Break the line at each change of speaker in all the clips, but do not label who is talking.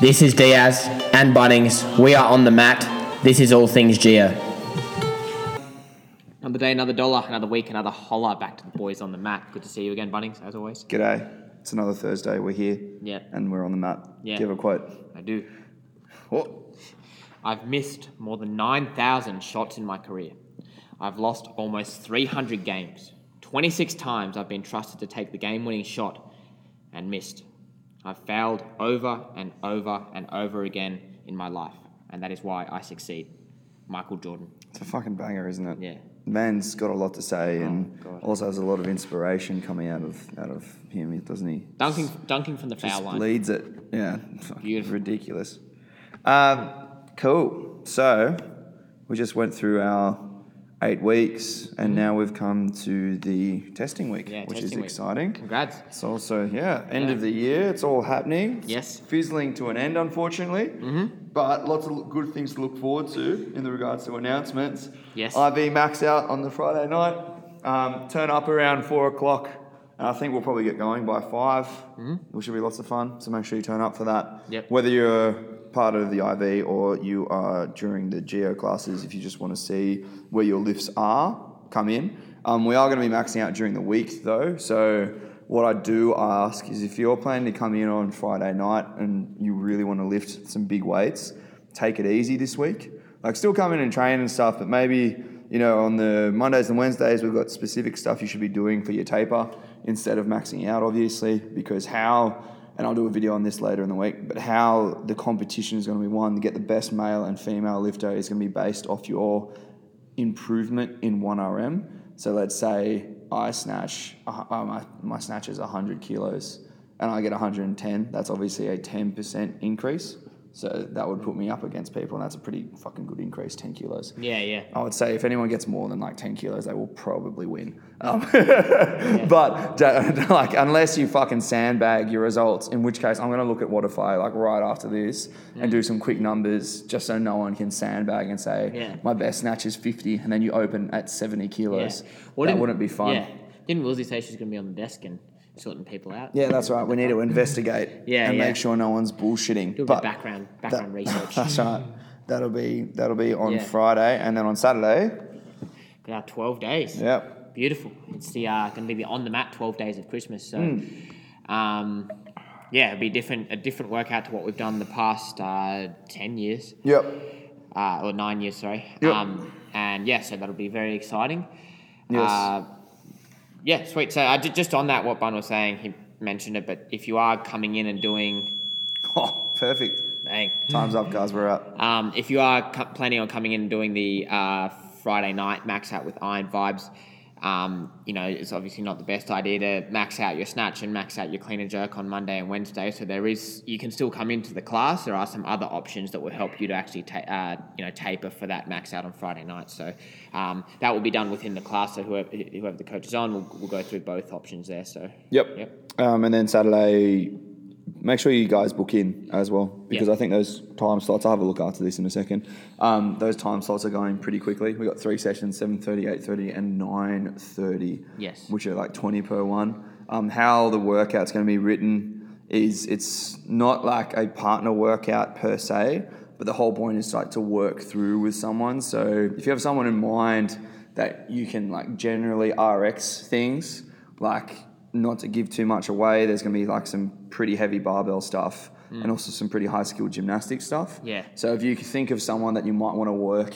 This is Diaz and Bunnings. We are on the mat. This is all things Gia.
Another day, another dollar, another week, another holler. Back to the boys on the mat. Good to see you again, Bunnings, as always.
G'day. It's another Thursday. We're here.
Yeah.
And we're on the mat.
Yeah.
Give a quote.
I do.
Oh,
I've missed more than 9,000 shots in my career. I've lost almost 300 games. 26 times I've been trusted to take the game winning shot and missed. I've failed over and over and over again in my life, and that is why I succeed. Michael Jordan.
it's a fucking banger, isn't it?
Yeah. Oh,
The man's got a lot to say and
God.
also has a lot of inspiration coming out of out of him, doesn't he?
Dunking, dunking from the foul
Just
line.
leads it. Yeah. Fucking
Beautiful.
Ridiculous. Um, cool. So we just went through our eight weeks and now we've come to the testing week,
Mm. Yeah,
which is
testing week.
exciting.
Congrats.
It's also, yeah, end
Yeah.
of the year. It's all happening.
Yes.
Fizzling to an end, unfortunately. Mm-hmm. But lots of good things to look forward to in the regards to announcements.
Yes.
IV max out on the Friday night. Um, turn up around four o'clock. And I think we'll probably get going by 5 Mm-hmm. Which should be lots of fun. So make sure you turn up for that.
Yep.
Whether you're part of the IV or you are during the geo classes, if you just want to see where your lifts are, come in. Um, we are going to be maxing out during the week though. So what I do ask is if you're planning to come in on Friday night and you really want to lift some big weights, take it easy this week. Like still come in and train and stuff, but maybe you know on the Mondays and Wednesdays we've got specific stuff you should be doing for your taper instead of maxing out, obviously, because how and I'll do a video on this later in the week, but how the competition is going to be won to get the best male and female lifter is going to be based off your improvement in 1RM. So let's say I snatch, uh, uh, my, my snatch is 100 kilos and I get 110. That's obviously a 10% increase. So that would put me up against people, and that's a pretty fucking good increase 10 kilos.
Yeah, yeah.
I would say if anyone gets more than like 10 kilos, they will probably win. Um, But d- like, unless you fucking sandbag your results, in which case I'm going to look at Waterfly like right after this and
Mm.
do some quick numbers just so no one can sandbag and say,
Yeah.
my best snatch is 50 and then you open at 70 kilos.
Or
that
didn't-
wouldn't be fun.
Yeah. Didn't Wilsey say she's going to be on the desk and sorting people out?
Yeah, that's right. We need to investigate
Yeah,
and
yeah.
make sure no one's bullshitting.
Do a bit of background background research.
That's right. That'll be that'll be on
Yeah.
Friday and then on Saturday.
Got our uh, twelve days.
Yep.
Beautiful. It's the uh, going to be the on the mat twelve days of Christmas. So,
Mm.
um, yeah, it'll be different a different workout to what we've done the past uh, ten years
Yep.
uh, or nine years, sorry.
Yep.
Um, and yeah, so that'll be very exciting.
Yes.
Uh, yeah, sweet. So I did, just on that, what Bun was saying, he mentioned it, but if you are coming in and doing,
Oh, perfect.
dang,
Time's up, guys. We're out.
Um, if you are co- planning on coming in and doing the uh, Friday night max out with Iron Vibes, um, you know, it's obviously not the best idea to max out your snatch and max out your clean and jerk on Monday and Wednesday. So there is, you can still come into the class. There are some other options that will help you to actually, ta- uh, you know, taper for that max out on Friday night. So um, that will be done within the class. So whoever, whoever the coach is on, will will go through both options there. So
Yep.
Yep.
Um, and then Saturday, make sure you guys book in as well because
Yeah.
I think those time slots. I'll have a look after this in a second. Um, those time slots are going pretty quickly. We got three sessions: 7.30, 8.30 and nine thirty.
Yes.
Which are like twenty per one. Um, how the workout's going to be written is it's not like a partner workout per se, but the whole point is like to work through with someone. So if you have someone in mind that you can like generally RX things, like not to give too much away, there's going to be like some pretty heavy barbell stuff and also some pretty high skill gymnastic stuff.
Yeah.
So if you can think of someone that you might want to work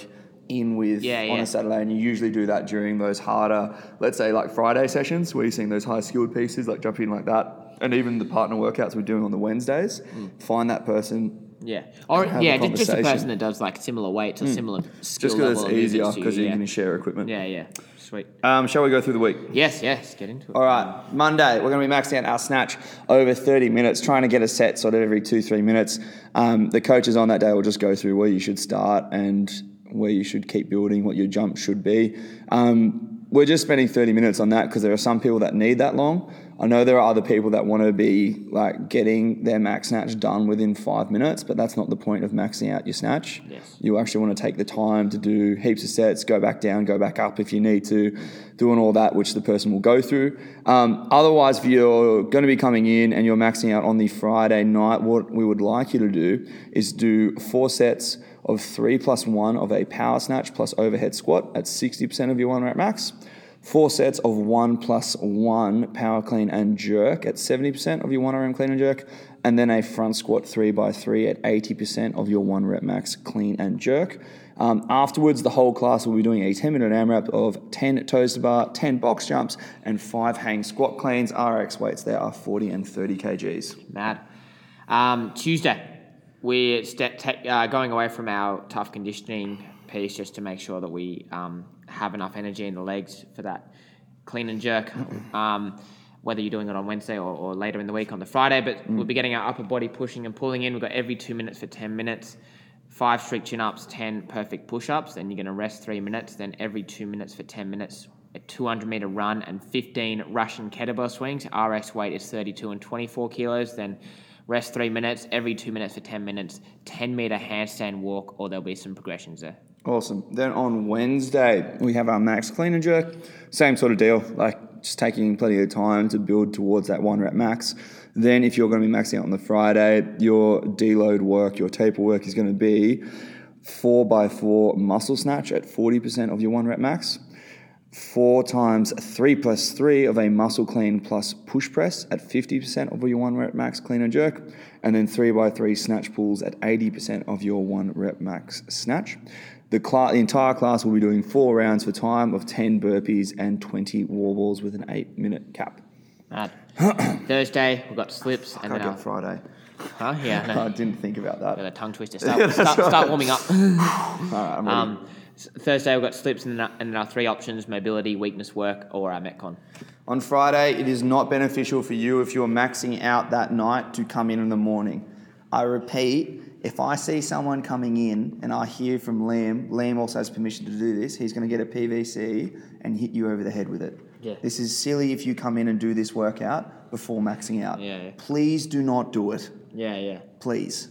in with
Yeah,
on
yeah.
a Saturday, and you usually do that during those harder, let's say like Friday sessions where you're seeing those high skilled pieces, like jumping like that, and even the partner workouts we're doing on the Wednesdays.
Mm.
Find that person
Yeah, or
have a
yeah, just, just a person
conversation. Hmm.
that does like similar weights or similar skill
just
level.
because it's
and moves
easier
into you,
because you
yeah.
can share equipment.
Yeah, yeah. Sweet.
Um, shall we go through the week?
Yes, yes. Get into it.
All right, Monday, we're going to be maxing out our snatch over 30 minutes, trying to get a set sort of every two, three minutes. Um, the coaches on that day will just go through where you should start and where you should keep building, what your jump should be. Um, we're just spending 30 minutes on that because there are some people that need that long. I know there are other people that want to be like getting their max snatch done within five minutes, but that's not the point of maxing out your snatch.
Yes.
You actually want to take the time to do heaps of sets, go back down, go back up if you need to, doing all that, which the person will go through. Um, otherwise, if you're going to be coming in and you're maxing out on the Friday night, what we would like you to do is do four sets of three plus one of a power snatch plus overhead squat at 60% of your one rep max four sets of one plus one power clean and jerk at 70% of your one RM clean and jerk, and then a front squat three by three at 80% of your one rep max clean and jerk. Um, afterwards, the whole class will be doing a 10 minute AMRAP of 10 toes to bar, 10 box jumps, and five hang squat cleans. RX weights there are 40 and 30 kgs.
Mad. Um, Tuesday, we're st- ta- uh, going away from our tough conditioning piece just to make sure that we um, have enough energy in the legs for that clean and jerk. Um, whether you're doing it on Wednesday or, or later in the week on the Friday, but we'll be getting our upper body pushing and pulling in. We've got every two minutes for 10 minutes, five straight chin ups, 10 perfect push ups. Then you're going to rest three minutes. Then every two minutes for 10 minutes, a 200 meter run and 15 Russian kettlebell swings. RX weight is 32 and 24 kilos. Then rest three minutes, every two minutes for 10 minutes, 10 meter handstand walk, or there'll be some progressions there.
Awesome. Then on Wednesday, we have our max clean and jerk. Same sort of deal, like just taking plenty of time to build towards that one rep max. Then, if you're going to be maxing out on the Friday, your deload work, your taper work is going to be four by four muscle snatch at 40% of your one rep max, four times three plus three of a muscle clean plus push press at 50% of your one rep max clean and jerk, and then three by three snatch pulls at 80% of your one rep max snatch. The, cla- the entire class will be doing four rounds for time of 10 burpees and 20 wall balls with an eight minute cap.
Mad. Thursday, we've got slips and then
Can't
our,
get Friday.
huh? yeah, no,
I didn't think about
got
that.
a tongue twister. Start, start, start warming up.
All right, I'm ready.
Um, s- Thursday, we've got slips and then our- and then our three options mobility, weakness work, or our Metcon.
On Friday, it is not beneficial for you if you're maxing out that night to come in in the morning. I repeat, if I see someone coming in and I hear from Liam, Liam also has permission to do this, he's going to get a PVC and hit you over the head with it.
Yeah.
This is silly if you come in and do this workout before maxing out.
Yeah, yeah.
Please do not do it
Yeah, yeah.
please.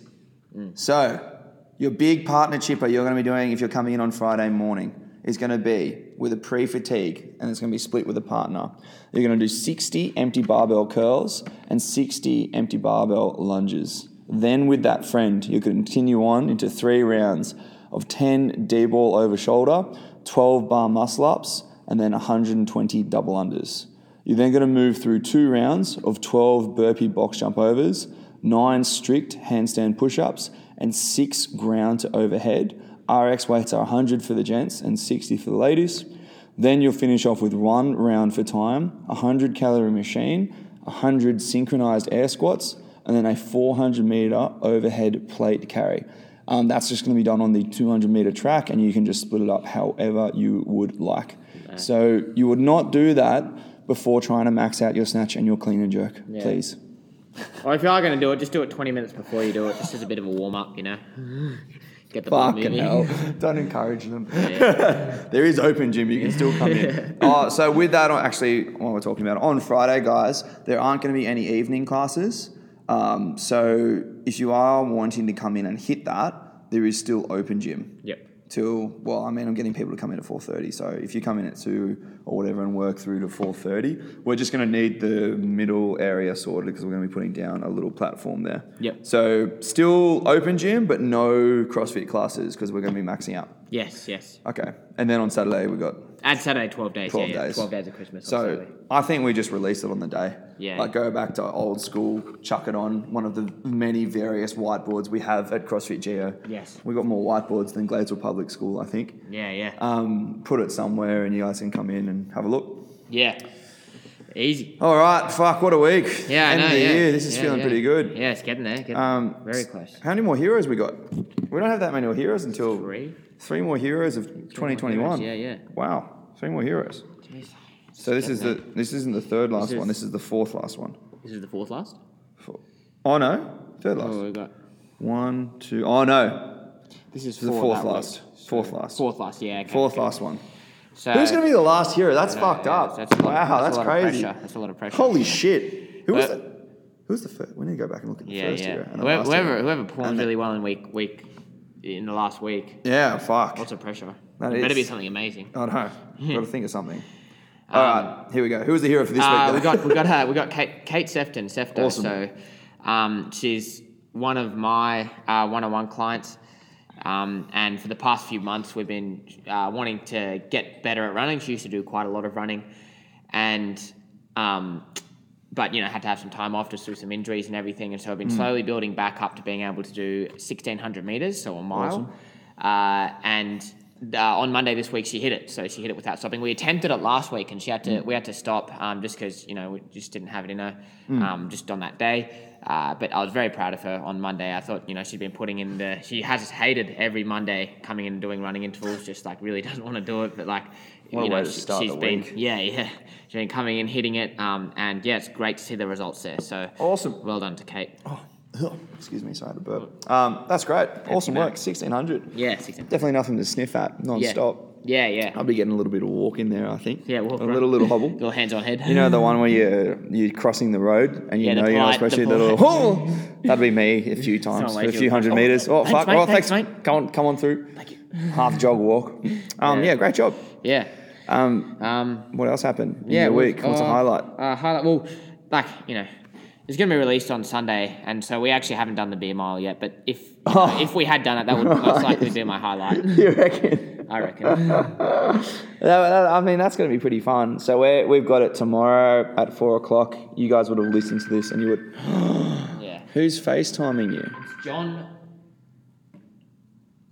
So, your big partner chipper you're going to be doing if you're coming in on Friday morning is going to be with a pre fatigue and it's going to be split with a partner. You're going to do 60 empty barbell curls and 60 empty barbell lunges. Then, with that friend, you continue on into three rounds of 10 D ball over shoulder, 12 bar muscle ups, and then 120 double unders. You're then going to move through two rounds of 12 burpee box jump overs, nine strict handstand push ups, and six ground to overhead. RX weights are 100 for the gents and 60 for the ladies. Then you'll finish off with one round for time, 100 calorie machine, 100 synchronized air squats, and then a 400 meter overhead plate carry. Um, that's just going to be done on the 200 meter track, and you can just split it up however you would like. So you would not do that before trying to max out your snatch and your clean and jerk, please.
Or if you are going to do it, just do it 20 minutes before you do it, just as a bit of a warm up, you know? Get the ball
Fucking
moving.
hell. Don't encourage them. there is open gym. You can still come in. Oh, so with that, on- actually, what we're talking about, on Friday, guys, there aren't going to be any evening classes. Um, so if you are wanting to come in and hit that, there is still open gym.
Yep.
Till well, I mean, I'm getting people to come in at 4:30. So if you come in at two or whatever and work through to 4:30, we're just going to need the middle area sorted because we're going to be putting down a little platform there.
Yep.
So still open gym, but no CrossFit classes because we're going to be maxing out.
Yes, yes.
Okay. And then on Saturday we got
And Saturday, 12 days.
12
yeah, yeah,
days.
12 days of Christmas. on
so
Saturday.
I think we just release it on the day.
Yeah.
Like go back to old school, chuck it on one of the many various whiteboards we have at CrossFit Geo.
Yes.
We got more whiteboards than Gladesville Public School, I think.
yeah, yeah.
um, put it somewhere and you guys can come in and have a look.
yeah. Easy.
All right, fuck, what a week.
Yeah, I
End
know,
of the
yeah.
year. This is
Yeah,
feeling
yeah.
pretty good.
Yeah, it's getting there. Getting
Um,
very close.
How many more heroes we got? We don't have that many more heroes until
Three.
three more heroes of 2021.
heroes, yeah, yeah.
Wow, three more heroes.
Jeez.
So this is the this isn't the third last
is-
one. This is the fourth last one.
This is the fourth last?
Four. Oh no, third last.
Oh, we got.
One, two. Oh no,
This is
this is the fourth last. Fourth last.
Fourth last, yeah. Okay.
Fourth last one.
So
Who's going to be the last hero? That's
I know,
fucked
Uh, yeah,
up.
that's a lot-
wow,
that's
that's,
a lot of
crazy.
pressure. That's a lot of pressure.
Holy shit. Who was
But-
the, who was the first? We need to go back and look at the
Yeah,
first
yeah.
hero. and the
Whoever
last
whoever,
hero.
whoever performs
And the-
really well in week week in the last week,
Yeah, fuck.
lots of pressure.
That
it better
is-
be something amazing.
I know. Got to think of something. All right, here we go. Who was the hero for this
Um, Uh,
week?
we got we got her. We got Kate Kate Sefton. Sefton.
Awesome.
So um, she's one of my uh, one-on-one clients. Um, and for the past few months, we've been uh, wanting to get better at running. She used to do quite a lot of running, and um, but you know had to have some time off just through some injuries and everything. And so I've
Hmm.
been slowly building back up to being able to do 1600 meters, so a mile. Uh, and uh, on Monday this week, she hit it. So she hit it without stopping. We attempted it last week, and she had to. We had to stop um, just because you know we just didn't have it in her,
Hmm.
um, just on that day. Uh, but I was very proud of her on Monday. I thought you know she'd been putting in the. She has hated every Monday coming in and doing running intervals. Just like really doesn't want to do it, but like.
What a
you know,
way to
she-
start
she's
the
been-
week.
yeah, yeah. She's been coming in, hitting it, um, and yeah, it's great to see the results there. So
Awesome.
Well done to Kate.
Oh, Excuse me, sorry, I had a burp. Um, that's great. Awesome
man.
work. 1600.
Yeah, 16.
Definitely nothing to sniff at non
Yeah.
stop.
Yeah, yeah.
I'll be getting a little bit of walk in there, I think.
yeah, walk
A
around.
little, little hobble.
Little hands on head.
You know the one where you you're crossing the road and you
Yeah, the
know you're not
polite-
supposed to.
the
do The little, oh, that'd be me a few times,
way
a
to
few
do it.
hundred
Oh,
meters. Oh
thanks,
fuck!
mate,
oh,
thanks,
thanks,
mate.
Come on, come on through. Thank you. Half jog walk. Um,
Yeah.
yeah. great job.
yeah.
Um,
Um,
what else happened? in
yeah.
your
well,
week. What's a
uh,
highlight?
Uh, highlight. Well, like, you know, it's going to be released on Sunday, and so we actually haven't done the beer mile yet, but if
Oh.
if we had done it, that would most likely be my highlight,
you reckon?
I reckon.
That- that- I mean, that's going to be pretty fun. So we're, we've got it tomorrow at four o'clock. You guys would have listened to this, and you would.
Yeah.
Who's FaceTiming you?
John.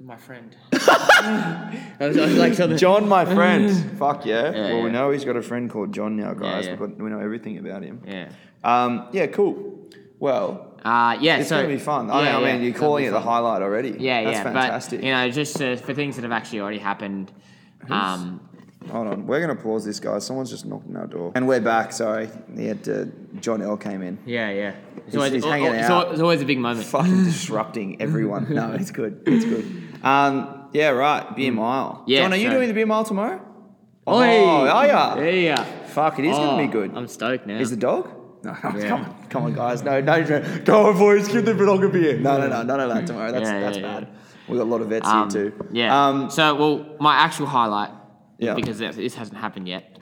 My friend. I was, I was like, something.
John, my friend. Fuck yeah. well,
yeah.
we know he's got a friend called John now, guys.
yeah.
We've got, we know everything about him.
Yeah.
Um, yeah, cool. Well,
Uh, yeah,
it's
so
going to be fun.
yeah,
I, mean, I
yeah,
mean, you're
that'll
calling
be
it the
fun.
highlight already.
Yeah,
That's
yeah,
fantastic.
but you know, just uh, for things that have actually already happened. Um,
Hold on, we're going to pause this, guys. Someone's just knocked on our door, and we're back. Sorry, he had to, John L came in,
yeah, yeah. It's
He's-
always,
he's
al-
hanging
al- it's
out.
al- it's always a big moment.
fucking disrupting everyone. No, it's good. It's good. Um, yeah, right. Beer mile.
Mm. Yeah,
John, are you
so-
doing the beer mile tomorrow?
Oi!
Oh, are ya?
Yeah, yeah. Oh,
Fuck, it is going to be good.
I'm stoked now.
Is the dog? No,
Yeah.
come on, come on, guys. No, no, no. Come on, boys. Keep the pornography in. No, no, no, none of that tomorrow. That's
Yeah,
that's
yeah, yeah.
bad. We got a lot of vets
um,
here too.
Yeah.
Um,
so, well, my actual highlight,
Yeah.
because this this hasn't happened yet.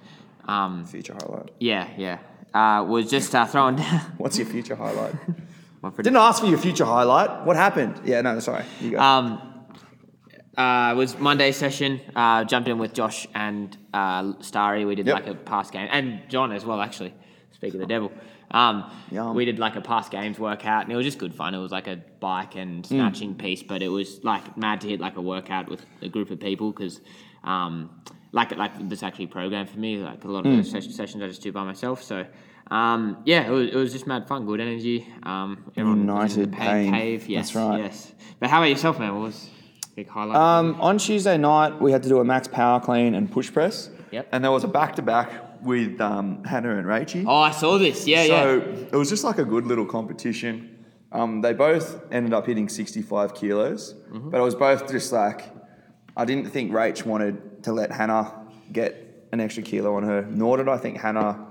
Um,
future highlight.
yeah, yeah. Uh, was just uh, throwing down.
What's your future highlight?
my pretty-
Didn't ask for your future highlight. What happened? Yeah, no, sorry. You go.
Um, uh, it was Monday session. Uh, jumped in with Josh and uh, Starry. We did
Yep.
like a past game and John as well. Actually, speak of the devil. Um,
Yum.
we did like a past games workout, and it was just good fun. It was like a bike and
Hmm.
snatching piece, but it was like mad to hit like a workout with a group of people because. Um, like like this actually programmed for me. Like a lot of
Hmm.
those sessions, sessions I just do by myself. So um, yeah, it was, it was just mad fun, good energy. Um, everyone was in the
United Pain.
Cave. Yes,
That's right.
Yes. But how about yourself, man? What was big highlight?
Um, on Tuesday night, we had to do a max power clean and push press.
Yep.
And there was a back to back with um, Hannah and Rachie.
oh, I saw this. Yeah,
so
yeah.
it was just like a good little competition. Um, they both ended up hitting 65 kilos,
Mm-hmm.
but it was both just like, I didn't think Rach wanted to let Hannah get an extra kilo on her, nor did I think Hannah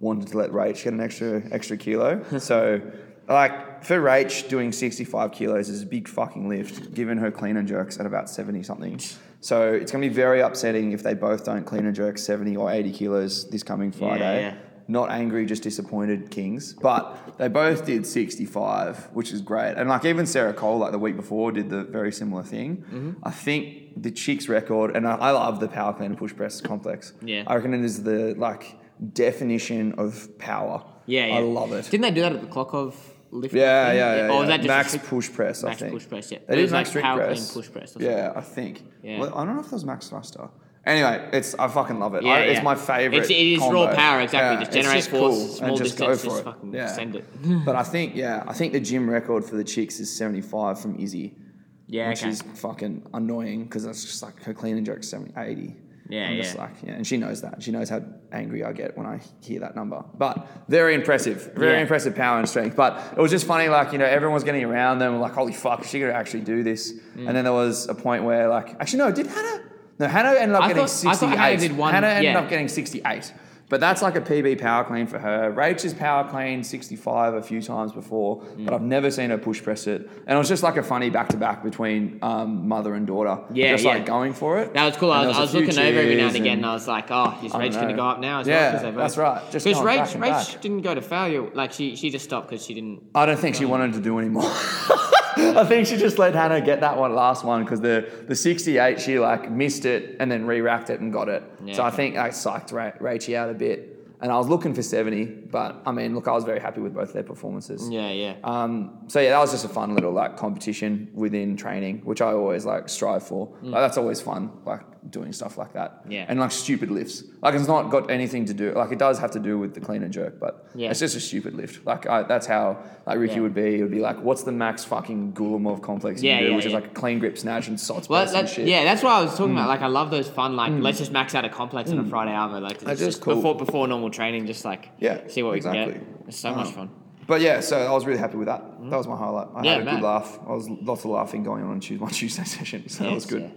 wanted to let Rach get an extra extra kilo. so, like for Rach, doing 65 kilos is a big fucking lift, given her clean and jerks at about 70 something. So it's gonna be very upsetting if they both don't clean and jerk 70 or 80 kilos this coming Friday
yeah.
not angry, just disappointed Kings. But they both did 65, which is great. And like even Sarah Cole, like the week before, did the very similar thing.
Mm-hmm.
I think the chicks record, and I, I love the power clean and push press complex.
Yeah.
I reckon it is the like definition of power.
Yeah, yeah.
I love it.
Didn't they do that at the clock of lift?
Yeah,
thing?
yeah, yeah.
Or was
yeah.
Oh, that just a
max
strict-
push press? I
max
think
push press, yeah.
They
It
did
was
max
like
strict
power clean
press.
push press or
Yeah, I think.
Yeah.
Well, I don't know if that was max thruster. Anyway, it's I fucking love it.
Yeah,
I, it's
yeah.
my favorite.
It's- it is raw
combo.
power, exactly. Just
it's
generate force, small
and just
distance,
go for
just
it.
fucking
yeah.
send it.
but I think yeah, I think the gym record for the chicks is seventy five from Izzy,
Yeah,
which
okay.
is fucking annoying because that's just like her clean and jerk 70, 80.
Yeah,
I'm just
yeah.
like yeah, and she knows that. She knows how angry I get when I hear that number. But very impressive, very
Yeah.
impressive power and strength. But it was just funny, like you know, everyone's getting
Mm.
around them, like holy fuck, is she gonna actually do this. And then there was a point where like, actually no, did Hannah? No, Hannah ended up
I
getting
thought- I thought
68.
Hannah did one-
Hannah ended
yeah.
up getting 68. But that's like a PB power clean for her. Rach has power cleaned 65 a few times before,
Mm.
but I've never seen her push press it. And it was just like a funny back to back between um, mother and daughter.
Yeah,
Just
yeah.
like going for it.
That was cool. I
And
was, I
there
was
a few
looking over every now
cheers
and again, and I was like, "Oh, is
I
Rach going
don't
to
know.
go up now?" As
Yeah,
well,
that's right. Just
Because
going
Rach,
back and
Rach
back.
didn't go to failure. Like she, she just stopped because she didn't.
I don't think she wanted to do any more. I think she just let Hannah get that one last one because the, the 68, she like missed it and then re racked it and got it.
Yeah,
so I
okay.
think I psyched Ra- Rachie out a bit. And I was looking for 70, but I mean, look, I was very happy with both their performances.
Yeah, yeah.
Um, so yeah, that was just a fun little like competition within training, which I always like strive for. Like, that's always fun, like doing stuff like that.
Mm. Yeah.
And like stupid lifts. Like it's not got anything to do. Like it does have to do with the clean and jerk, but
Yeah.
it's just a stupid lift. Like I, that's how like Ricky
Yeah.
would be. He would be like, "What's the max fucking Gulomov complex you
Yeah,
can do?"
yeah,
which is
yeah.
like a clean grip snatch and sots
well,
press and
that,
shit. Mm.
yeah, that's what I was talking about. Like, I love those fun. Like, let's just max out a complex on a Friday hour. Like,
That's
it's
Mm. just
just
cool.
before before normal training, just like
Yeah,
see what we can
exactly. Um,
get. It's so much fun.
But yeah, so I was really happy with that. That was my highlight. I
Mm-hmm. Yeah,
had a
mad.
good laugh. I was lots of laughing going on on Tuesday, my Tuesday session, so that was
Yes,
good.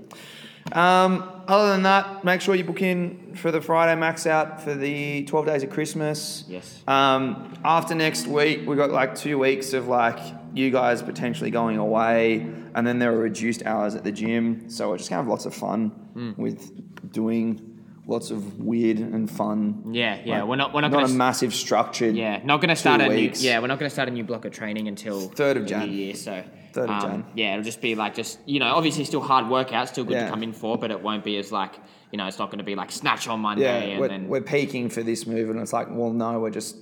Um, other than that, make sure you book in for the Friday max out for the 12 days of Christmas.
Yes.
Um, after next week, we got like two weeks of like you guys potentially going away, and then there are reduced hours at the gym. So we're just gonna have lots of fun
Mm.
with doing lots of weird and fun.
Yeah, yeah.
like,
we're not we're not,
not
gonna
a massive structured.
Yeah, not going to start a
weeks.
new. Yeah, we're not going to start a new block of training until
3rd of
the new
Jan.
year. So
3rd of
um,
Jan.
Yeah, it'll just be like just you know, obviously still hard workouts, still good
Yeah.
to come in for, but it won't be as like you know, it's not going to be like snatch on Monday
Yeah,
and
we're,
then
we're peaking for this move, and it's like, well, no, we're just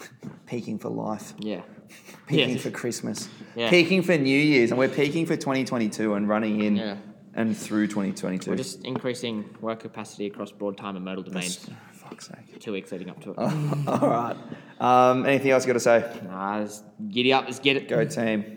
peaking for life,
yeah, Yeah.
peaking for Christmas,
Yeah.
peaking for New Year's, and we're peaking for 2022 and running in
Yeah.
and through
we're
2022.
just increasing work capacity across broad time and modal domains.
Fuck's sake.
Two weeks leading up to it.
All right. Um, anything else you got to say?
Nah, let's giddy up, let's get it.
Go team.